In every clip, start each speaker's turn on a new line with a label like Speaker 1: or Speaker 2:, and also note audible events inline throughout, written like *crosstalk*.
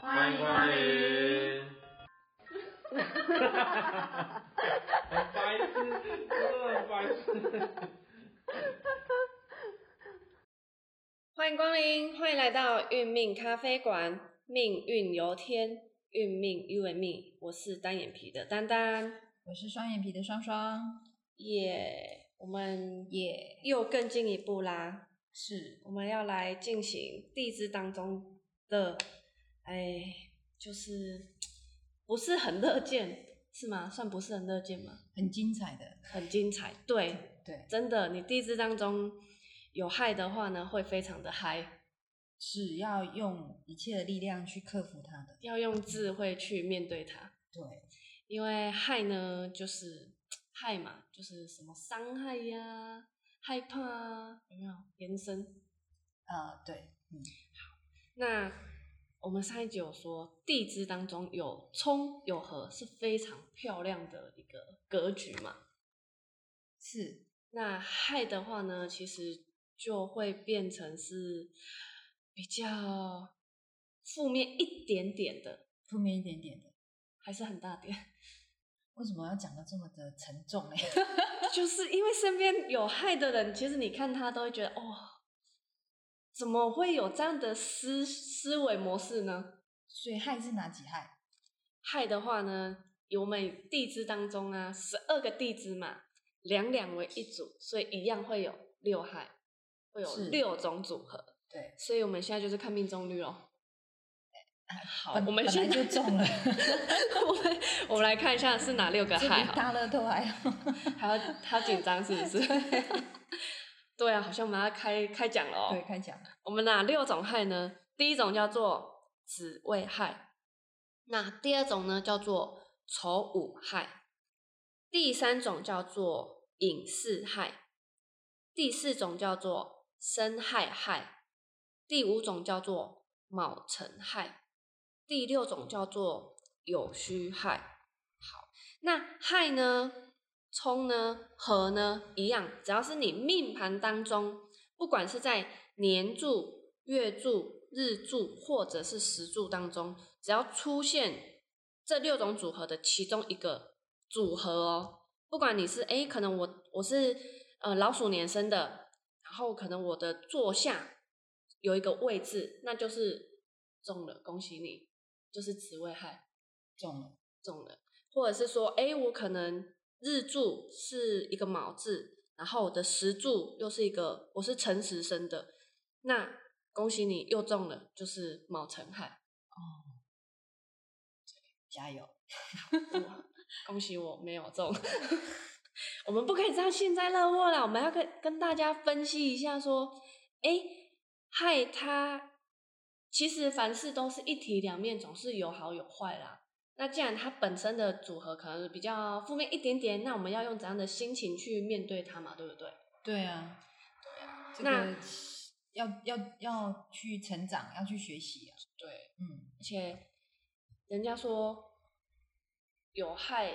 Speaker 1: 欢迎光临。很白痴，真的很白痴。
Speaker 2: 欢迎光临，欢迎来到运命咖啡馆，命运由天，运命 you and me，我是单眼皮的丹丹，
Speaker 3: 我是双眼皮的双双，
Speaker 2: 耶、我们
Speaker 3: 也、
Speaker 2: 又更进一步啦，
Speaker 3: 是
Speaker 2: 我们要来进行地支当中的，哎，就是不是很乐见，是吗？算不是很乐见吗？
Speaker 3: 很精彩的，
Speaker 2: 很精彩，对，
Speaker 3: 对，
Speaker 2: 真的，你地支当中有害的话呢，会非常的嗨。
Speaker 3: 是要用一切的力量去克服它的，
Speaker 2: 要用智慧去面对它，
Speaker 3: 对，
Speaker 2: 因为害呢就是害嘛，就是什么伤害呀、害怕啊，有没有延伸？
Speaker 3: 呃，对，嗯，
Speaker 2: 那我们上一集有说地支当中有冲有合是非常漂亮的一个格局嘛，
Speaker 3: 是
Speaker 2: 那害的话呢，其实就会变成是比较负面一点点的，
Speaker 3: 负面一点点的，
Speaker 2: 还是很大点。
Speaker 3: 为什么要讲的这么的沉重欸嘞？
Speaker 2: 就是因为身边有害的人，其实你看他都会觉得，哦，怎么会有这样的思思维模式呢？
Speaker 3: *laughs* 所以害是哪几害？
Speaker 2: 害的话呢，我们地支当中啊，十二个地支嘛，两两为一组，所以一样会有六害，会有
Speaker 3: 是
Speaker 2: 六种组合。
Speaker 3: 对，
Speaker 2: 所以我们现在就是看命中率咯。好，
Speaker 3: 呃本
Speaker 2: 我们
Speaker 3: 本来
Speaker 2: 现在
Speaker 3: 就中了
Speaker 2: *laughs* 我们我们来看一下是哪六个
Speaker 3: 这
Speaker 2: 害哦
Speaker 3: 比
Speaker 2: 好了。
Speaker 3: 大乐透哦还要，
Speaker 2: 还要还要紧张是不是？
Speaker 3: *laughs*
Speaker 2: *laughs* 对啊，好像我们要开开讲 *laughs* 了哦。
Speaker 3: 啊对，开讲，
Speaker 2: 我们哪六种害呢？第一种叫做子未害，那第二种呢叫做丑午害，第三种叫做隐士害，第四种叫做申亥害，第五种叫做卯辰害，第六种叫做酉戌害。那亥呢、冲呢、合呢一样，只要是你命盘当中，不管是在年柱、月柱、日柱或者是时柱当中，只要出现这六种组合的其中一个组合哦，不管你是诶，可能我我是呃老鼠年生的，然后可能我的坐下有一个位置，那就是中了，恭喜你，就是子未亥。
Speaker 3: 中了，
Speaker 2: 中了，或者是说，哎、我可能日柱是一个卯字，然后我的时柱又是一个我是辰时生的，那恭喜你又中了，就是卯辰亥，
Speaker 3: 加油！
Speaker 2: 哇恭喜我没有中。 *laughs* 我们不可以这样幸灾乐祸啦，我们要跟跟大家分析一下，说，哎、害他其实凡事都是一体两面，总是有好有坏啦。那既然它本身的组合可能比较负面一点点，那我们要用怎样的心情去面对它嘛？对不对？
Speaker 3: 对啊，这
Speaker 2: 那
Speaker 3: 个要要要去成长，要去学习啊，
Speaker 2: 对，
Speaker 3: 嗯，
Speaker 2: 而且人家说有害，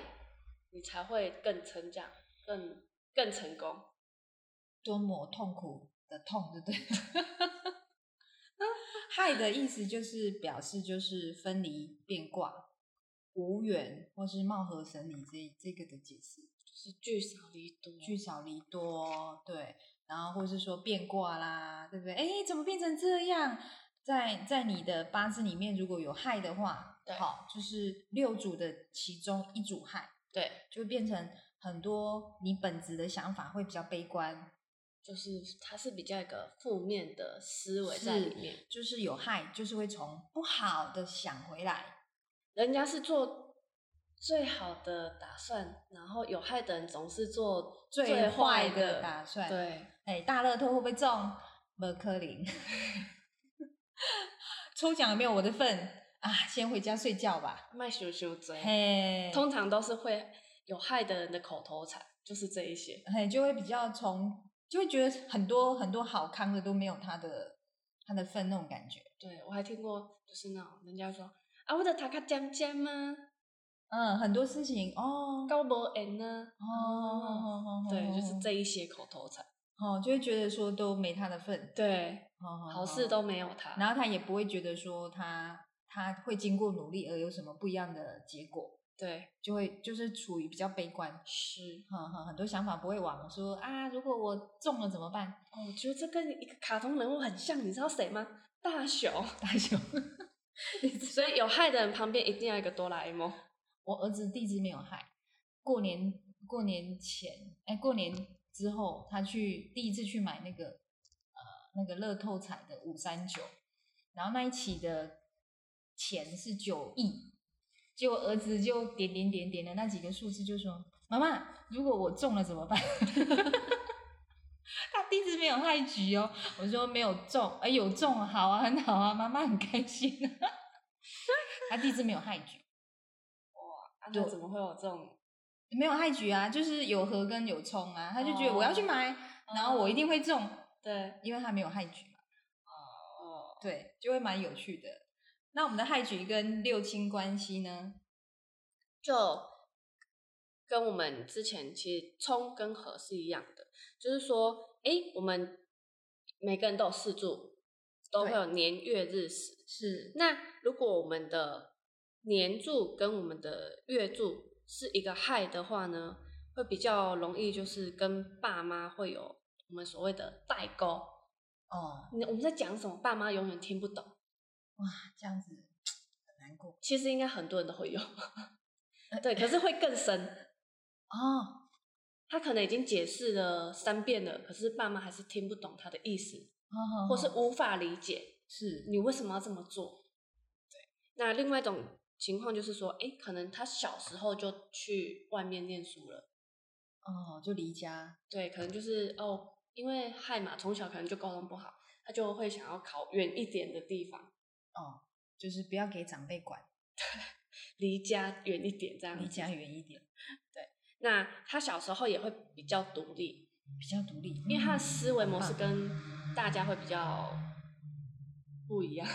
Speaker 2: 你才会更成长，更更成功。
Speaker 3: 多么痛苦的痛，对不 *laughs* 对？害的意思就是表示就是分离、变卦、无缘或是貌合神离这这个的解释，
Speaker 2: 就是聚少离多，
Speaker 3: 聚少离多，对，然后或是说变卦啦，对不对？哎，怎么变成这样？在在你的八字里面如果有害的话
Speaker 2: 对，
Speaker 3: 好，就是六组的其中一组害，
Speaker 2: 对，
Speaker 3: 就变成很多你本质的想法会比较悲观，
Speaker 2: 就是它是比较一个负面的思维在里面。
Speaker 3: 就是有害，就是会从不好的想回来。
Speaker 2: 人家是做最好的打算，然后有害的人总是做坏
Speaker 3: 最坏的打算
Speaker 2: 对，
Speaker 3: 哎，大乐透会不会中？没科林，抽奖有没有我的份啊？先回家睡觉吧。
Speaker 2: 卖羞羞追，
Speaker 3: 嘿，
Speaker 2: 通常都是会有害的人的口头禅，就是这一些。
Speaker 3: 嘿就会比较从，就会觉得很多很多好康的都没有他的他的份那种感觉。
Speaker 2: 对我还听过，就是那种人家说啊，我的塔卡江江吗？
Speaker 3: 嗯，很多事情哦
Speaker 2: 高博恩呢？
Speaker 3: 哦哦，
Speaker 2: 对，就是
Speaker 3: 哦
Speaker 2: 这一些口头禅。
Speaker 3: 哦，就会觉得说都没他的份，
Speaker 2: 对，
Speaker 3: 哦
Speaker 2: 好事都没有他。
Speaker 3: 然后他也不会觉得说他他会经过努力而有什么不一样的结果，
Speaker 2: 对，
Speaker 3: 就会就是处于比较悲观，
Speaker 2: 是。
Speaker 3: 很很很多想法不会往说啊，如果我中了怎么办？ *laughs*
Speaker 2: 哦，我觉得这跟一个卡通人物很像，你知道谁吗？大雄。
Speaker 3: 大雄，
Speaker 2: *laughs* 所以有害的人旁边一定要一个哆啦 A 梦。
Speaker 3: 我儿子第一只没有害，过年过年前，哎，过年之后他去第一次去买那个呃那个乐透彩的五三九，然后那一期的钱是九亿，结果儿子就点点点点的那几个数字就说：“妈妈，如果我中了怎么办？” *laughs* 他第一次没有害局哦，我说没有中，哎，有中，好啊，很好啊，妈妈很开心啊。 *laughs* 他第一次没有害局，
Speaker 2: 啊，
Speaker 3: 对
Speaker 2: 那怎么会有这种？
Speaker 3: 没有害局啊，就是有和跟有冲啊，他就觉得我要去买，然后我一定会中，
Speaker 2: 对，
Speaker 3: 因为他没有害局嘛，
Speaker 2: 哦，
Speaker 3: 对，就会蛮有趣的。那我们的害局跟六亲关系呢？
Speaker 2: 就跟我们之前其实冲跟和是一样的，就是说，诶，我们每个人都有四柱，都会
Speaker 3: 对
Speaker 2: 有年月日时。
Speaker 3: 是
Speaker 2: 那如果我们的年柱跟我们的月柱是一个亥的话呢，会比较容易就是跟爸妈会有我们所谓的代沟。
Speaker 3: 哦，
Speaker 2: 你我们在讲什么，爸妈永远听不懂。
Speaker 3: 这样子很难过
Speaker 2: 其实应该很多人都会有， *laughs* 对，可是会更深。
Speaker 3: 哦。
Speaker 2: 他可能已经解释了三遍了，可是爸妈还是听不懂他的意思，
Speaker 3: 哦
Speaker 2: 或是无法理解
Speaker 3: 是
Speaker 2: 你为什么要这么做。对，那另外一种情况就是说，诶，可能他小时候就去外面念书了，
Speaker 3: 哦，就离家
Speaker 2: 对，可能就是哦，因为亥嘛，从小可能就沟通不好，他就会想要考远一点的地方，
Speaker 3: 哦，就是不要给长辈管，
Speaker 2: 离家远一点这样子。
Speaker 3: 离家远一点，
Speaker 2: 那他小时候也会比较独立，
Speaker 3: 比较独立，
Speaker 2: 因为他的
Speaker 3: 嗯
Speaker 2: 思维模式跟大家会比较不一样，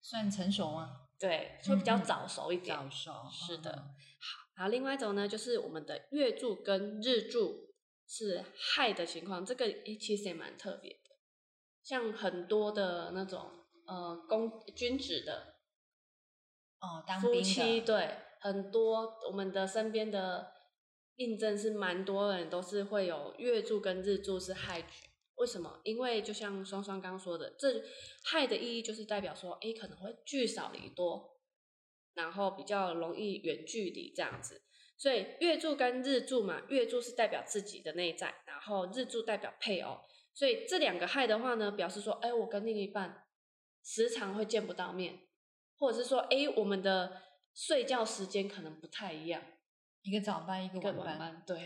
Speaker 3: 算成熟吗？
Speaker 2: 对，会比较早熟一点。
Speaker 3: 早熟
Speaker 2: 是
Speaker 3: 嗯
Speaker 2: 的然后另外一种呢，就是我们的月柱跟日柱是亥的情况，这个诶其实也蛮特别的。像很多的那种呃公军职的
Speaker 3: 哦，当
Speaker 2: 夫
Speaker 3: 兵
Speaker 2: 妻，
Speaker 3: 的
Speaker 2: 对，很多我们的身边的印证是蛮多人都是会有月柱跟日柱是亥局。为什么？因为就像双双刚说的，这亥的意义就是代表说，诶，可能会聚少离多，然后比较容易远距离这样子。所以月柱跟日柱嘛，月柱是代表自己的内在，然后日柱代表配偶。所以这两个亥的话呢，表示说，哎，我跟另一半时常会见不到面，或者是说，哎，我们的睡觉时间可能不太一样，
Speaker 3: 一个早班，一个
Speaker 2: 一个
Speaker 3: 晚
Speaker 2: 晚
Speaker 3: 班，
Speaker 2: 班对，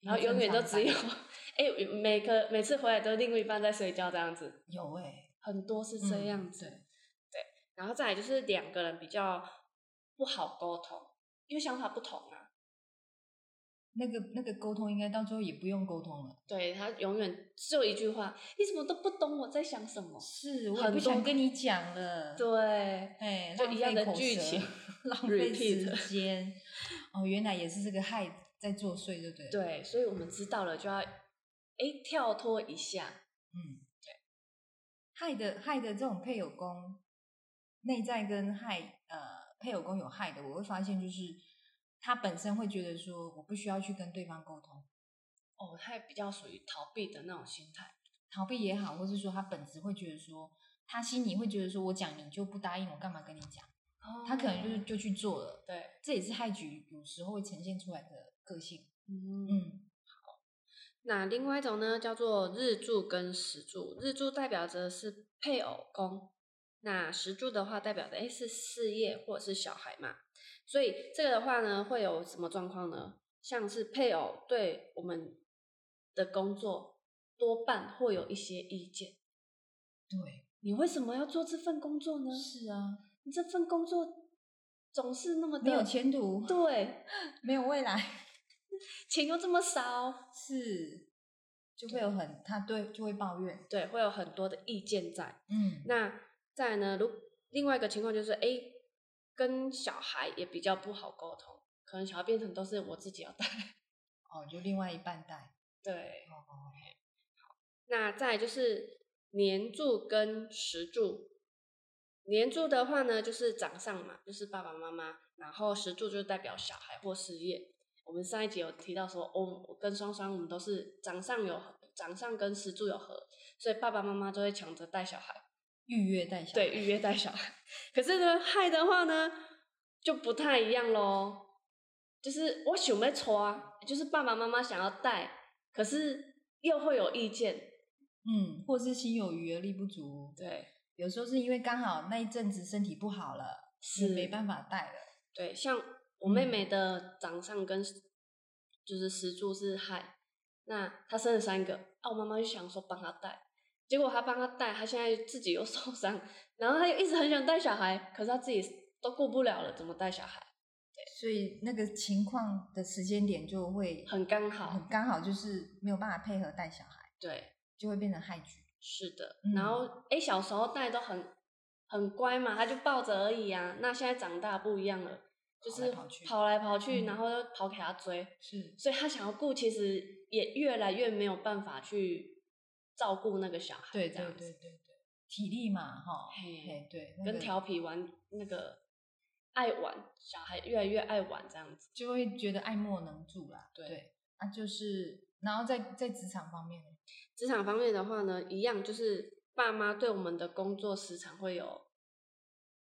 Speaker 3: 一个
Speaker 2: 然后永远
Speaker 3: 正
Speaker 2: 都
Speaker 3: 常
Speaker 2: 只有
Speaker 3: 班
Speaker 2: 哎，每个每次回来都另外一半在睡觉这样子，
Speaker 3: 有哎、
Speaker 2: 很多是这
Speaker 3: 嗯
Speaker 2: 样子。
Speaker 3: 对
Speaker 2: 然后再来就是两个人比较不好沟通，因为想法不同啊，
Speaker 3: 那个那个沟通应该到最后也不用沟通了。
Speaker 2: 对他永远只有一句话，你怎么都不懂我在想什么？
Speaker 3: 是，
Speaker 2: 我
Speaker 3: 我
Speaker 2: 也
Speaker 3: 也
Speaker 2: 不
Speaker 3: 不
Speaker 2: 想
Speaker 3: 想
Speaker 2: 跟
Speaker 3: 跟
Speaker 2: 你
Speaker 3: 你讲了。，
Speaker 2: 对，
Speaker 3: 哎，
Speaker 2: 就
Speaker 3: 浪
Speaker 2: 一样
Speaker 3: 费
Speaker 2: 的
Speaker 3: 口
Speaker 2: 剧
Speaker 3: 舌
Speaker 2: 情
Speaker 3: *laughs* 浪费
Speaker 2: repeat
Speaker 3: 时间。哦，原来也是这个害在作祟，对不对？，
Speaker 2: 对，所以我们知道了就要哎跳脱一下，
Speaker 3: 嗯，害的害的这种配偶宫，内在跟害呃配偶宫有害的，我会发现就是他本身会觉得说我不需要去跟对方沟通，
Speaker 2: 哦，他比较属于逃避的那种心态，
Speaker 3: 逃避也好，或是说他本质会觉得说他心里会觉得说我讲你就不答应，我干嘛跟你讲？他可能就是就去做了。
Speaker 2: 哦对，
Speaker 3: 这也是害局有时候会呈现出来的个性。
Speaker 2: 嗯。
Speaker 3: 嗯，
Speaker 2: 那另外一种呢，叫做日柱跟时柱，日柱代表着是配偶宫，那时柱的话代表的诶是事业或者是小孩嘛，所以这个的话呢，会有什么状况呢？像是配偶对我们的工作多半会有一些意见，
Speaker 3: 对，
Speaker 2: 你为什么要做这份工作呢？
Speaker 3: 是啊，
Speaker 2: 你这份工作总是那么的
Speaker 3: 没有前途，
Speaker 2: 对，
Speaker 3: 没有未来，
Speaker 2: 钱又这么少，
Speaker 3: 是就会有很他对就会抱怨。
Speaker 2: 对，会有很多的意见在。
Speaker 3: 嗯，
Speaker 2: 那再来呢，如另外一个情况就是，哎、跟小孩也比较不好沟通，可能小孩变成都是我自己要带。
Speaker 3: 哦，就另外一半带。
Speaker 2: 对，
Speaker 3: 哦，
Speaker 2: 那再来就是年柱跟时柱年柱的话呢，就是掌上嘛，就是爸爸妈妈，然后石柱就代表小孩或事业。我们上一集有提到说，哦，我跟双双我们都是掌上有合掌上跟石柱有合，所以爸爸妈妈都会抢着带小孩，
Speaker 3: 预约带小孩
Speaker 2: 对，预约带小孩。可是呢，亥的话呢，就不太一样喽。就是我想要抽啊，就是爸爸妈妈想要带，可是又会有意见。
Speaker 3: 嗯，或是心有余而力不足，，
Speaker 2: 对，
Speaker 3: 有时候是因为刚好那一阵子身体不好了，
Speaker 2: 是
Speaker 3: 没办法嗯带了，
Speaker 2: 对，像我妹妹的掌上跟、就是石柱是亥，那她生了三个，啊，我妈妈就想说帮她带，结果她帮她带，她现在自己又受伤，然后她又一直很想带小孩，可是她自己都顾不了了，怎么带小孩？
Speaker 3: 所以那个情况的时间点就会
Speaker 2: 很刚好
Speaker 3: 很，刚好，就是没有办法配合带小孩，
Speaker 2: 对，
Speaker 3: 就会变成害局。
Speaker 2: 是的。
Speaker 3: 嗯
Speaker 2: 然后，哎、小时候带都很很乖嘛，她就抱着而已啊。那现在长大不一样了，就是
Speaker 3: 跑来跑去
Speaker 2: 跑来跑去，
Speaker 3: 嗯
Speaker 2: 然后又跑给她追，
Speaker 3: 是，
Speaker 2: 所以他想要顾，其实也越来越没有办法去照顾那个小孩，
Speaker 3: 对
Speaker 2: 这
Speaker 3: 对
Speaker 2: 样
Speaker 3: 对
Speaker 2: 子
Speaker 3: 对，对，体力嘛，哈，
Speaker 2: 嘿
Speaker 3: 嘿，对，那
Speaker 2: 跟
Speaker 3: 个
Speaker 2: 调皮玩那个爱玩，小孩越来越爱玩这样子。
Speaker 3: 就会觉得爱莫能助啦。
Speaker 2: 对
Speaker 3: 对，啊，就是，然后在在职场方面呢，
Speaker 2: 职场方面的话呢，一样就是爸妈对我们的工作时常会有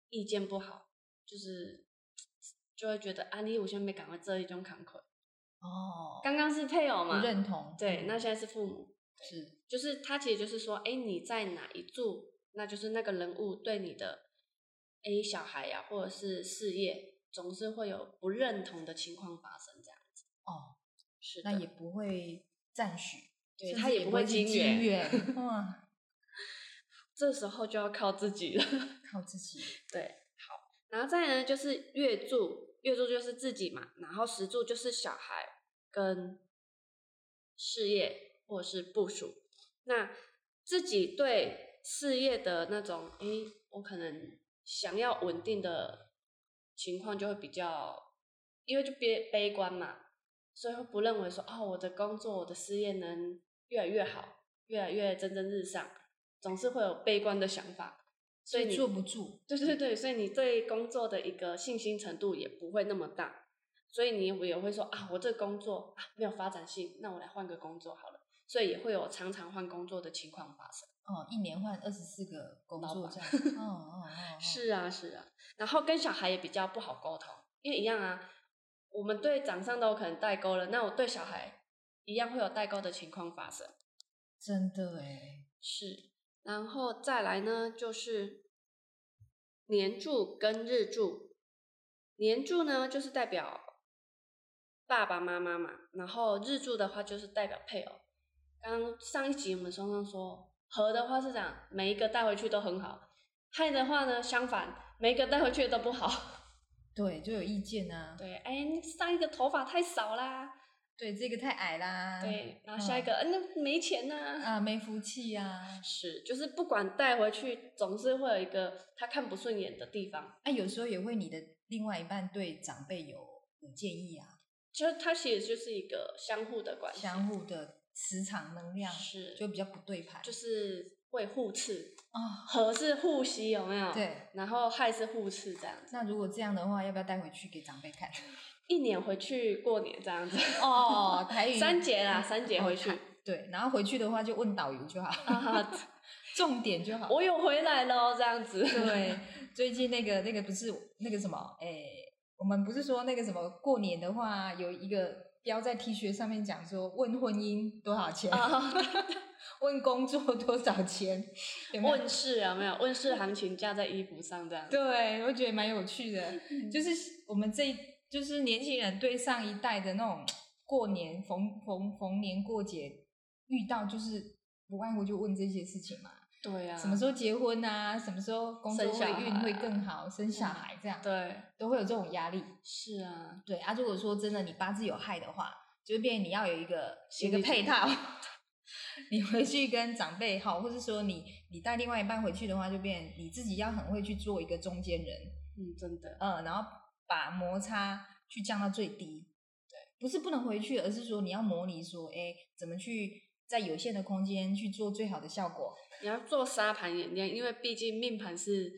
Speaker 2: 意见不好，就是就会觉得啊，你有些没赶快这一种坎坷，
Speaker 3: 哦，
Speaker 2: 刚刚是配偶
Speaker 3: 不
Speaker 2: 嘛，
Speaker 3: 认同，
Speaker 2: 对，
Speaker 3: 嗯
Speaker 2: 那现在是父母，
Speaker 3: 是
Speaker 2: 就是他其实就是说，哎、你在哪一柱，那就是那个人物对你的，哎、小孩呀、或者是事业，总是会有不认同的情况发生，这样子。
Speaker 3: 哦，
Speaker 2: 是的，
Speaker 3: 那也不会赞许，
Speaker 2: 对
Speaker 3: 甚至
Speaker 2: 他也
Speaker 3: 也
Speaker 2: 不
Speaker 3: 会
Speaker 2: 会
Speaker 3: 去
Speaker 2: 金
Speaker 3: 激
Speaker 2: 援 *laughs*
Speaker 3: 援哇，
Speaker 2: 这时候就要靠自己了。
Speaker 3: 靠自己，
Speaker 2: 对，好，然后再呢就是月柱，月柱就是自己嘛，然后十柱就是小孩跟事业或者是部署。那自己对事业的那种，诶，我可能想要稳定的情况就会比较，因为就悲悲观嘛，所以会不认为说，哦，我的工作、我的事业能越来越好，越来越蒸蒸日上，总是会有悲观的想法，所以你
Speaker 3: 坐不住，
Speaker 2: 对对对，所以你对工作的一个信心程度也不会那么大，所以你也会说啊，我这工作啊没有发展性，那我来换个工作好了。所以也会有常常换工作的情况发生。
Speaker 3: 哦，一年换二十四个工
Speaker 2: 老
Speaker 3: 作
Speaker 2: 板
Speaker 3: 这样，
Speaker 2: *laughs*
Speaker 3: 哦哦哦哦，
Speaker 2: 是啊，是啊。然后跟小孩也比较不好沟通，因为一样啊，我们对长上都有可能代沟了，那我对小孩一样会有代沟的情况发生。
Speaker 3: 真的哎，
Speaker 2: 是，然后再来呢，就是年柱跟日柱。年柱呢，就是代表爸爸妈妈嘛，然后日柱的话就是代表配偶。刚上一集我们双双说，合的话是这样，每一个带回去都很好；害的话呢，相反，每一个带回去都不好。 *laughs*
Speaker 3: 对，就有意见啊，
Speaker 2: 对，哎，你上一个头发太少啦，
Speaker 3: 对，这个太矮啦，
Speaker 2: 对，然后下一个，哎，那没钱呐、
Speaker 3: 啊，没福气啊，
Speaker 2: 是，就是不管带回去，总是会有一个他看不顺眼的地方。
Speaker 3: 啊，有时候也会你的另外一半对长辈有有建议啊，
Speaker 2: 就是它其实就是一个相互的关系，
Speaker 3: 相互的磁场能量
Speaker 2: 是
Speaker 3: 就比较不对盘，
Speaker 2: 就是会互斥，
Speaker 3: 啊、
Speaker 2: 和是互吸，有没有？。
Speaker 3: 对。
Speaker 2: 然后害是互斥这样子，
Speaker 3: 那如果这样的话，要不要带回去给长辈看？ *laughs*
Speaker 2: 一年回去过年这样子。
Speaker 3: 哦，台语
Speaker 2: *laughs* 三节啦，三节
Speaker 3: 哦
Speaker 2: 回去。
Speaker 3: 台对，然后回去的话就问导游就好，
Speaker 2: 啊，
Speaker 3: *laughs* 重点就好。
Speaker 2: 我有回来了哦，这样子。
Speaker 3: 对，最近那个那个不是那个什么，哎、我们不是说那个什么过年的话，有一个标在 T 恤上面讲说问婚姻多少钱，
Speaker 2: 啊，
Speaker 3: *laughs* 问工作多少钱，有没有？
Speaker 2: 问世有没有？问世行情架在衣服上这样子。
Speaker 3: 对，我觉得蛮有趣的，
Speaker 2: 嗯
Speaker 3: *laughs* 就是我们这一就是年轻人对上一代的那种过年逢逢逢年过节遇到，就是不外乎就问这些事情嘛，
Speaker 2: 对啊。
Speaker 3: 什么时候结婚啊，什么时候工作
Speaker 2: 生小
Speaker 3: 会运
Speaker 2: 孩
Speaker 3: 会
Speaker 2: 啊
Speaker 3: 更好，生小孩这样，
Speaker 2: 对，
Speaker 3: 都会有这种压力。
Speaker 2: 是啊。
Speaker 3: 对啊，如果说真的你八字有害的话，就变成你要有一个有
Speaker 2: 心
Speaker 3: 一个
Speaker 2: 理
Speaker 3: 配
Speaker 2: 准备
Speaker 3: 套。 *laughs* 你回去跟长辈好，或是说你你带另外一半回去的话，就变成你自己要很会去做一个中间人，
Speaker 2: 嗯，真的。
Speaker 3: 呃，然后把摩擦去降到最低。对，不是不能回去，而是说你要模拟说，哎，怎么去在有限的空间去做最好的效果。 *laughs*
Speaker 2: 你要做沙盘演练，因为毕竟命盘是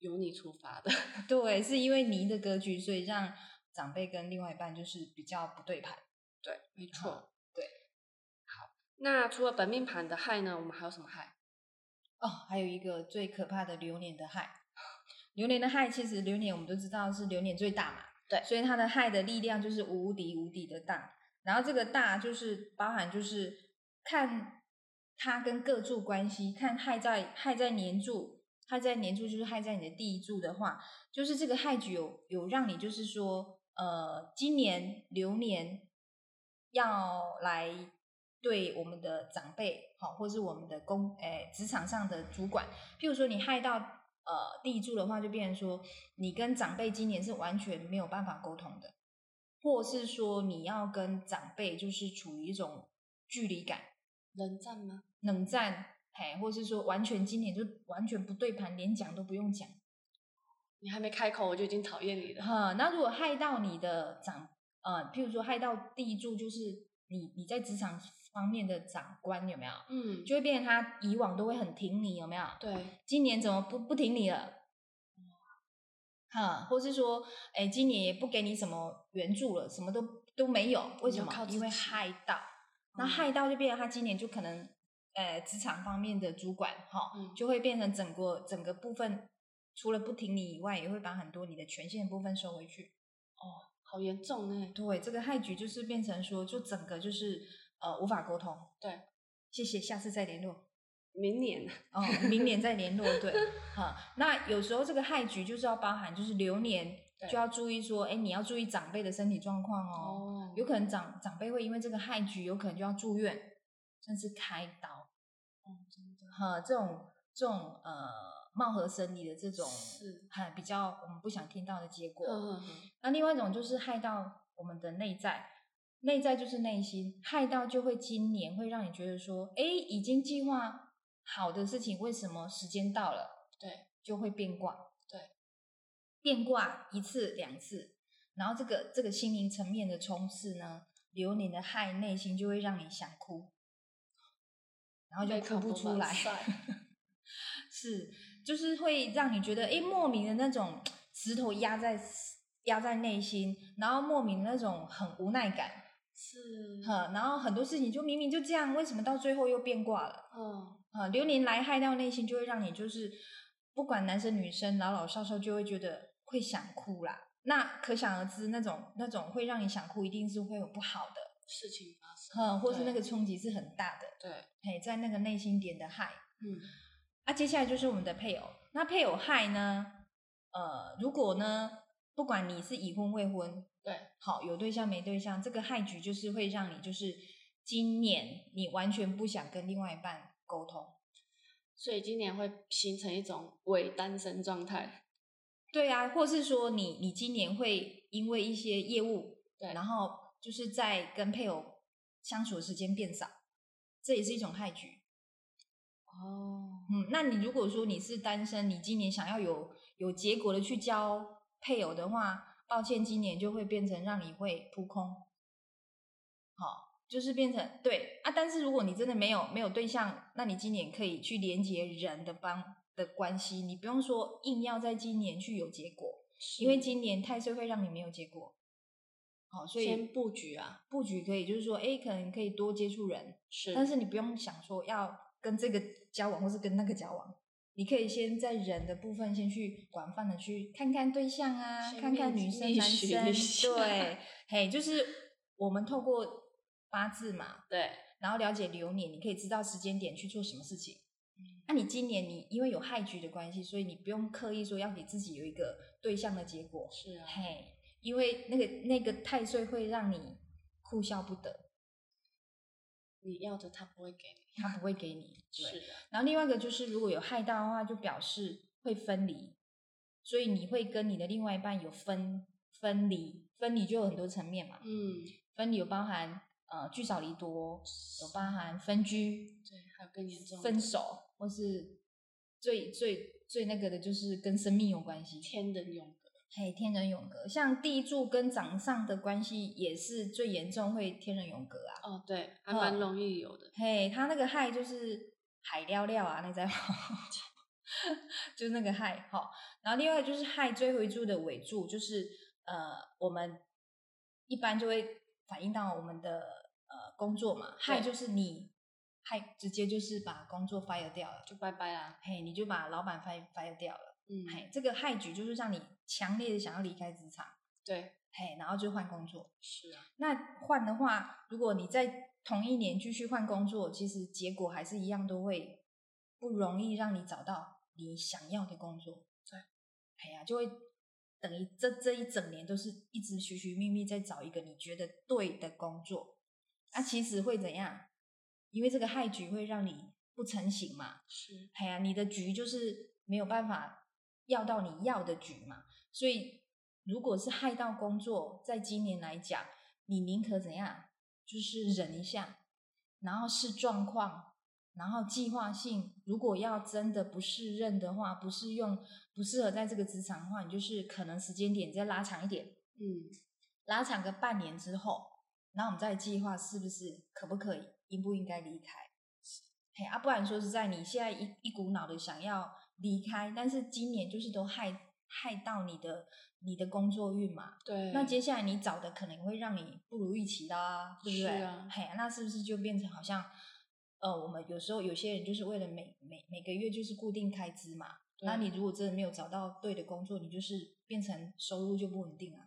Speaker 2: 由你出发的。
Speaker 3: 对，是因为你的格局，所以让长辈跟另外一半就是比较不 *laughs* 对盘。
Speaker 2: 对，没错，
Speaker 3: 对。
Speaker 2: 好，那除了本命盘的害呢，我们还有什么害？
Speaker 3: 哦，还有一个最可怕的流年的亥，流年的亥其实流年我们都知道是流年最大嘛，
Speaker 2: 对
Speaker 3: 所以它的亥的力量就是无敌无敌的大，然后这个大就是包含就是看它跟各柱关系，看亥在亥在年柱，亥在年柱就是亥在你的第一柱的话，就是这个亥局有有让你就是说呃，今年流年要来对我们的长辈好，或是我们的工诶职场上的主管，譬如说你害到呃地柱的话，就变成说你跟长辈今年是完全没有办法沟通的，或是说你要跟长辈就是处于一种距离感、
Speaker 2: 冷战吗？
Speaker 3: 冷战，嘿，或是说完全今年就完全不对盘，连讲都不用讲。
Speaker 2: 你还没开口，我就已经讨厌你
Speaker 3: *laughs*
Speaker 2: 了。
Speaker 3: 哈、那如果害到你的长，呃，譬如说害到地柱，就是你你在职场方面的长官有没有？
Speaker 2: 嗯，
Speaker 3: 就会变成他以往都会很挺你，有没有？
Speaker 2: 对，
Speaker 3: 今年怎么不不挺你了？
Speaker 2: 嗯
Speaker 3: 哈、或是说，哎、今年也不给你什么援助了，什么都都没有，为什
Speaker 2: 要
Speaker 3: 么
Speaker 2: 靠？自
Speaker 3: 因为
Speaker 2: 己
Speaker 3: 害到，那
Speaker 2: 嗯
Speaker 3: 害到就变成他今年就可能，呃，职场方面的主管哈，
Speaker 2: 嗯
Speaker 3: 就会变成整个整个部分，除了不挺你以外，也会把很多你的权限部分收回去。
Speaker 2: 好严重哎呢。
Speaker 3: 对，这个害局就是变成说，就整个就是呃无法沟通。
Speaker 2: 对，
Speaker 3: 谢谢，下次再联络。
Speaker 2: 明年
Speaker 3: 哦，明年再联络，对，哈、那有时候这个害局就是要包含，就是流年
Speaker 2: 对
Speaker 3: 就要注意说，哎，你要注意长辈的身体状况哦，
Speaker 2: 哦
Speaker 3: 有可能长长辈会因为这个害局，有可能就要住院，甚至开刀，
Speaker 2: 哦
Speaker 3: 哈、这种这种呃貌合神离的这种，
Speaker 2: 是
Speaker 3: 很比较我们不想听到的结果。
Speaker 2: 嗯嗯嗯
Speaker 3: 那另外一种就是害到我们的内在，内在就是内心，害到就会今年会让你觉得说，哎，已经计划好的事情，为什么时间到了
Speaker 2: 对，
Speaker 3: 就会变卦？
Speaker 2: 对，
Speaker 3: 变卦一次两次，然后这个这个心灵层面的冲刺呢，流年的害内心就会让你想哭，然后就
Speaker 2: 被
Speaker 3: 哭不
Speaker 2: 口
Speaker 3: 出
Speaker 2: 红
Speaker 3: 来
Speaker 2: 绑。晒 *laughs*
Speaker 3: 是，就是会让你觉得，哎，莫名的那种石头压在压在内心，然后莫名的那种很无奈感，
Speaker 2: 是，
Speaker 3: 呵，然后很多事情就明明就这样，为什么到最后又变卦了？
Speaker 2: 嗯，
Speaker 3: 呃，流年来害到内心，就会让你就是不管男生女生，老老少少就会觉得会想哭啦。那可想而知，那种那种会让你想哭，一定是会有不好的，
Speaker 2: 事情发生，
Speaker 3: 嗯，或是那
Speaker 2: 对
Speaker 3: 个冲击是很大的，
Speaker 2: 对，
Speaker 3: 嘿，在那个内心点的害。
Speaker 2: 嗯，
Speaker 3: 啊，接下来就是我们的配偶。那配偶害呢？呃，如果呢，不管你是已婚未婚，
Speaker 2: 对，
Speaker 3: 好有对象没对象，这个害局就是会让你就是今年你完全不想跟另外一半沟通。
Speaker 2: 所以今年会形成一种伪单身状态，
Speaker 3: 对啊，或是说你你今年会因为一些业务，
Speaker 2: 对
Speaker 3: 然后就是在跟配偶相处的时间变少，这也是一种害局。
Speaker 2: 哦，
Speaker 3: 嗯，那你如果说你是单身，你今年想要有有结果的去交配偶的话，抱歉，今年就会变成让你会扑空。好，就是变成对啊，但是如果你真的没有没有对象，那你今年可以去连接人的帮的关系，你不用说硬要在今年去有结果，因为
Speaker 2: 是
Speaker 3: 今年太岁会让你没有结果。好，所以
Speaker 2: 先布局啊，
Speaker 3: 布局可以，就是说，哎，可能可以多接触人，
Speaker 2: 是，
Speaker 3: 但是你不用想说要跟这个交往或是跟那个交往，你可以先在人的部分先去广泛的去看看对象啊，
Speaker 2: 先
Speaker 3: 看看
Speaker 2: 密
Speaker 3: 女
Speaker 2: 集
Speaker 3: 生
Speaker 2: 密
Speaker 3: 男
Speaker 2: 集
Speaker 3: 生
Speaker 2: 密，集 *laughs*
Speaker 3: 对，嘿，就是我们透过八字嘛，
Speaker 2: 对，
Speaker 3: 然后了解流年，你可以知道时间点去做什么事情。
Speaker 2: 嗯
Speaker 3: 那、你今年你因为有害局的关系，所以你不用刻意说要给自己有一个对象的结果，
Speaker 2: 是啊，
Speaker 3: 嘿，因为那个那个太岁会让你哭笑不得，
Speaker 2: 你要的他不会给你，
Speaker 3: 他不会给你，对。
Speaker 2: 是啊，
Speaker 3: 然后另外一个就是，如果有害到的话，就表示会分离，所以你会跟你的另外一半有分分离，分离就有很多层面嘛，
Speaker 2: 嗯，
Speaker 3: 分离有包含呃聚少离多，有包含分居、
Speaker 2: 对，还有更严重的
Speaker 3: 分手，或是最最最那个的就是跟生命有关系，
Speaker 2: 天人永隔，
Speaker 3: 嘿，天人永隔，像地柱跟掌上的关系也是最严重，会天人永隔啊，
Speaker 2: 哦，对，还蛮
Speaker 3: 嗯
Speaker 2: 容易有的，
Speaker 3: 嘿，他那个害就是海撩撩啊，那在。 *laughs* 就是那个亥好。然后另外就是亥追回柱的尾柱，就是呃，我们一般就会反映到我们的呃工作嘛，亥就是你亥直接就是把工作 fire 掉了，
Speaker 2: 就拜拜啊啦。
Speaker 3: 嘿，你就把老板 fire fire 掉了，
Speaker 2: 嗯，
Speaker 3: 嘿，这个亥局就是让你强烈的想要离开职场，
Speaker 2: 对，
Speaker 3: 嘿，然后就换工作。
Speaker 2: 是啊，
Speaker 3: 那换的话，如果你在同一年继续换工作，其实结果还是一样，都会不容易让你找到你想要的工作。
Speaker 2: 对，
Speaker 3: 哎呀，就会等于这这一整年都是一直寻寻觅觅在找一个你觉得对的工作。那、其实会怎样？因为这个害局会让你不成形嘛，
Speaker 2: 是
Speaker 3: 哎呀，你的局就是没有办法要到你要的局嘛。所以如果是害到工作，在今年来讲，你宁可怎样，就是忍一下，然后视状况，然后计划性。如果要真的不适任的话，不适用、不适合在这个职场的话，你就是可能时间点再拉长一点，
Speaker 2: 嗯，
Speaker 3: 拉长个半年之后，然后我们再计划是不是可不可以，应不应该离开。嘿啊，不然说实在，你现在一一股脑的想要离开，但是今年就是都害害到你的你的工作运嘛。
Speaker 2: 对。
Speaker 3: 那接下来你找的可能会让你不如预期啦，对不对？
Speaker 2: 是啊
Speaker 3: 嘿，那是不是就变成好像，呃，我们有时候有些人就是为了每每每个月就是固定开支嘛，
Speaker 2: 对
Speaker 3: 那你如果真的没有找到对的工作，你就是变成收入就不稳定啊。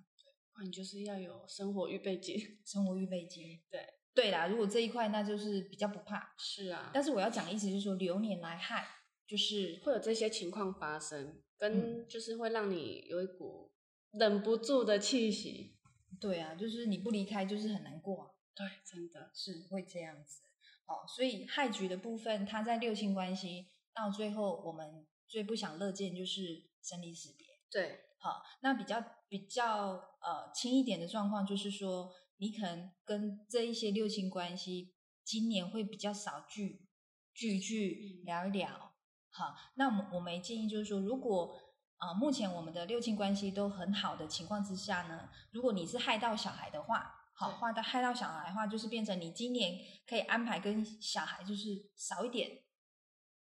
Speaker 2: 啊你就是要有生活预备金。
Speaker 3: 生活预备金。
Speaker 2: 对
Speaker 3: 对啦，如果这一块那就是比较不
Speaker 2: *laughs*
Speaker 3: 怕，
Speaker 2: 是啊，
Speaker 3: 但是我要讲的意思就是说，流年来害就是
Speaker 2: 会有这些情况发生，跟就是会让你有一股忍不住的气息。
Speaker 3: 对啊，就是你不离开就是很难过、啊，
Speaker 2: 对，真的
Speaker 3: 是会这样子。哦，所以害局的部分，它在六亲关系到最后，我们最不想乐见就是生离死别。
Speaker 2: 对，
Speaker 3: 好，那比较比较呃轻一点的状况，就是说你可能跟这一些六亲关系，今年会比较少聚聚一聚
Speaker 2: 嗯
Speaker 3: 聊一聊。好，那我们我们也建议就是说，如果呃目前我们的六亲关系都很好的情况之下呢，如果你是害到小孩的话。好，
Speaker 2: 对
Speaker 3: 害到害到小孩的话，就是变成你今年可以安排跟小孩就是少一点、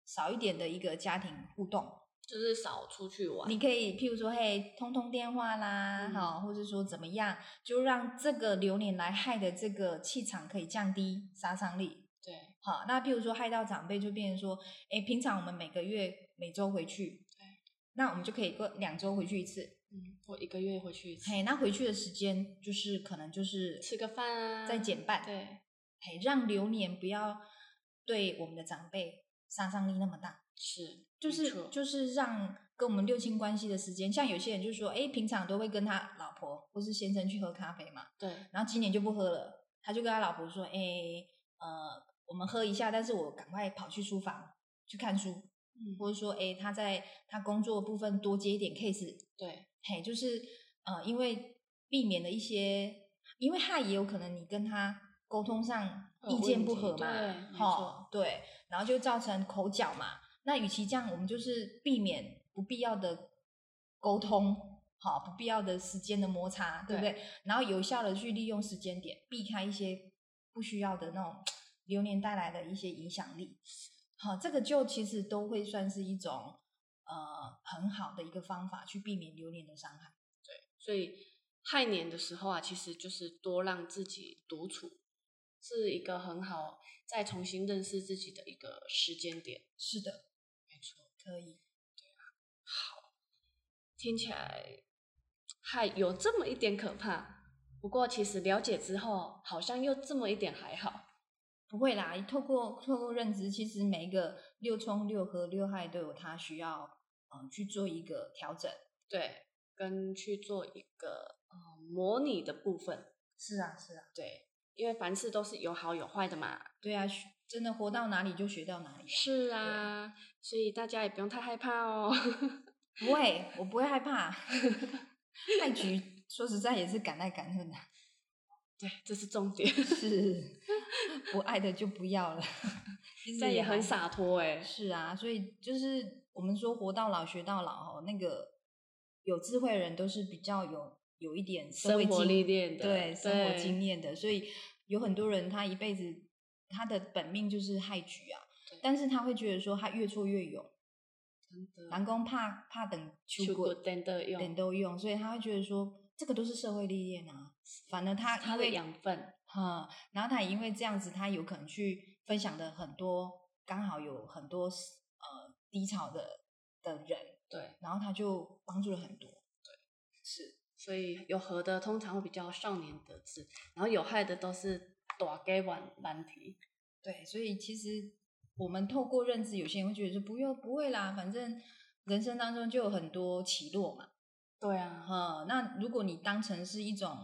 Speaker 3: 少一点的一个家庭互动。
Speaker 2: 就是少出去玩。
Speaker 3: 你可以譬如说，嘿，通通电话啦，
Speaker 2: 嗯
Speaker 3: 哈、或者说怎么样，就让这个流年来害的这个气场可以降低杀伤力。
Speaker 2: 对
Speaker 3: 好，那譬如说害到长辈，就变成说，哎，平常我们每个月每周回去，那我们就可以过两周回去一次。
Speaker 2: 嗯，我一个月回去一次，
Speaker 3: 嘿，那回去的时间就是可能就是
Speaker 2: 吃个饭啊，
Speaker 3: 再减半，
Speaker 2: 对，
Speaker 3: 嘿，哎让流年不要对我们的长辈杀伤力那么大。
Speaker 2: 是，
Speaker 3: 就
Speaker 2: 没
Speaker 3: 是
Speaker 2: 错
Speaker 3: 就是让跟我们六亲关系的时间，像有些人就说，哎，平常都会跟他老婆或是先生去喝咖啡嘛，
Speaker 2: 对
Speaker 3: 然后今年就不喝了，他就跟他老婆说，哎，呃，我们喝一下，但是我赶快跑去书房去看书，
Speaker 2: 嗯
Speaker 3: 或者说，哎，他在他工作部分多接一点 case，
Speaker 2: 对
Speaker 3: 嘿，就是呃，因为避免了一些，因为害也有可能你跟他沟通上
Speaker 2: 会有
Speaker 3: 意见
Speaker 2: 呃问
Speaker 3: 不
Speaker 2: 题
Speaker 3: 合
Speaker 2: 对
Speaker 3: 嘛，
Speaker 2: 没
Speaker 3: 哈，对，然后就造成口角嘛。那与其这样，我们就是避免不必要的沟通，好，不必要的时间的摩擦，对不对？然后有效的去利用时间点，避开一些不需要的那种流年带来的一些影响力。好，这个就其实都会算是一种呃很好的一个方法，去避免流年的伤害。
Speaker 2: 所以亥年的时候啊，其实就是多让自己独处，是一个很好再重新认识自己的一个时间点。
Speaker 3: 是的，没错，可以。
Speaker 2: 听起来还有这么一点可怕，不过其实了解之后，好像又这么一点还好。
Speaker 3: 不会啦，透过透过认知，其实每一个六冲、六合、六害都有它需要呃去做一个调整。
Speaker 2: 对，跟去做一个呃模拟的部分，
Speaker 3: 是啊，是啊，
Speaker 2: 对，因为凡事都是有好有坏的嘛。
Speaker 3: 对啊，学真的活到哪里就学到哪里、啊。
Speaker 2: 是啊，所以大家也不用太害怕哦。 *laughs*
Speaker 3: 不会，我不会害怕。害局说实在也是敢爱敢恨的、 *laughs*
Speaker 2: 对，这是重点。
Speaker 3: 是不爱的就不要了。 *laughs* 其实
Speaker 2: 这样也很
Speaker 3: 还
Speaker 2: 洒脱哎、
Speaker 3: 是啊，所以就是我们说活到老学到老哦，那个有智慧的人都是比较有有一点社会
Speaker 2: 生活
Speaker 3: 经
Speaker 2: 历练的
Speaker 3: 对生活
Speaker 2: 对
Speaker 3: 经验的，所以有很多人他一辈子他的本命就是害局啊
Speaker 2: 对，
Speaker 3: 但是他会觉得说他越挫越勇，人讲怕怕等
Speaker 2: 出
Speaker 3: 秋
Speaker 2: 国
Speaker 3: 过
Speaker 2: 真的
Speaker 3: 等
Speaker 2: 用
Speaker 3: 都用，所以他会觉得说这个都是社会历练啊。反而他
Speaker 2: 它的
Speaker 3: 因为
Speaker 2: 养分，
Speaker 3: 嗯，然后他也因为这样子，他有可能去分享的很多，刚好有很多呃低潮的的人，
Speaker 2: 对，
Speaker 3: 然后他就帮助了很多。
Speaker 2: 是，所以有合的通常会比较少年得志，然后有害的都是大给顽顽皮，
Speaker 3: 对，所以其实我们透过认知，有些人会觉得说不用不会啦，反正人生当中就有很多起落嘛。
Speaker 2: 对啊，
Speaker 3: 呃，那如果你当成是一种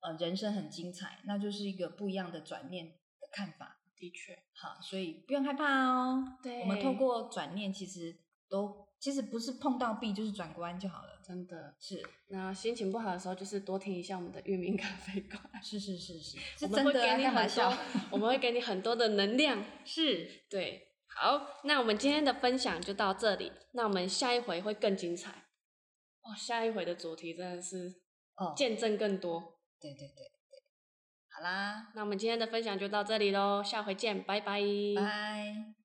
Speaker 3: 呃人生很精彩，那就是一个不一样的转念的看法。
Speaker 2: 的确，
Speaker 3: 好，所以不用害怕哦。我们透
Speaker 2: 对
Speaker 3: 过转念，其实都其实不是碰到壁就是转个弯就好了。
Speaker 2: 真的。
Speaker 3: 是
Speaker 2: 那心情不好的时候，就是多听一下我们的玉米咖啡馆，
Speaker 3: 是是是是，
Speaker 2: 哎我
Speaker 3: *laughs* 是
Speaker 2: 们
Speaker 3: 真
Speaker 2: 会
Speaker 3: 的
Speaker 2: 给
Speaker 3: 啊
Speaker 2: 你
Speaker 3: 干嘛
Speaker 2: 很
Speaker 3: 笑
Speaker 2: 多？，我们会给你很多的能量。
Speaker 3: 是，
Speaker 2: 对，好，那我们今天的分享就到这里，那我们下一回会更精彩。哦，下一回的主题真的是
Speaker 3: 哦，
Speaker 2: 见证更多。
Speaker 3: 对对对对，好啦，
Speaker 2: 那我们今天的分享就到这里喽，下回见，拜拜。
Speaker 3: 拜。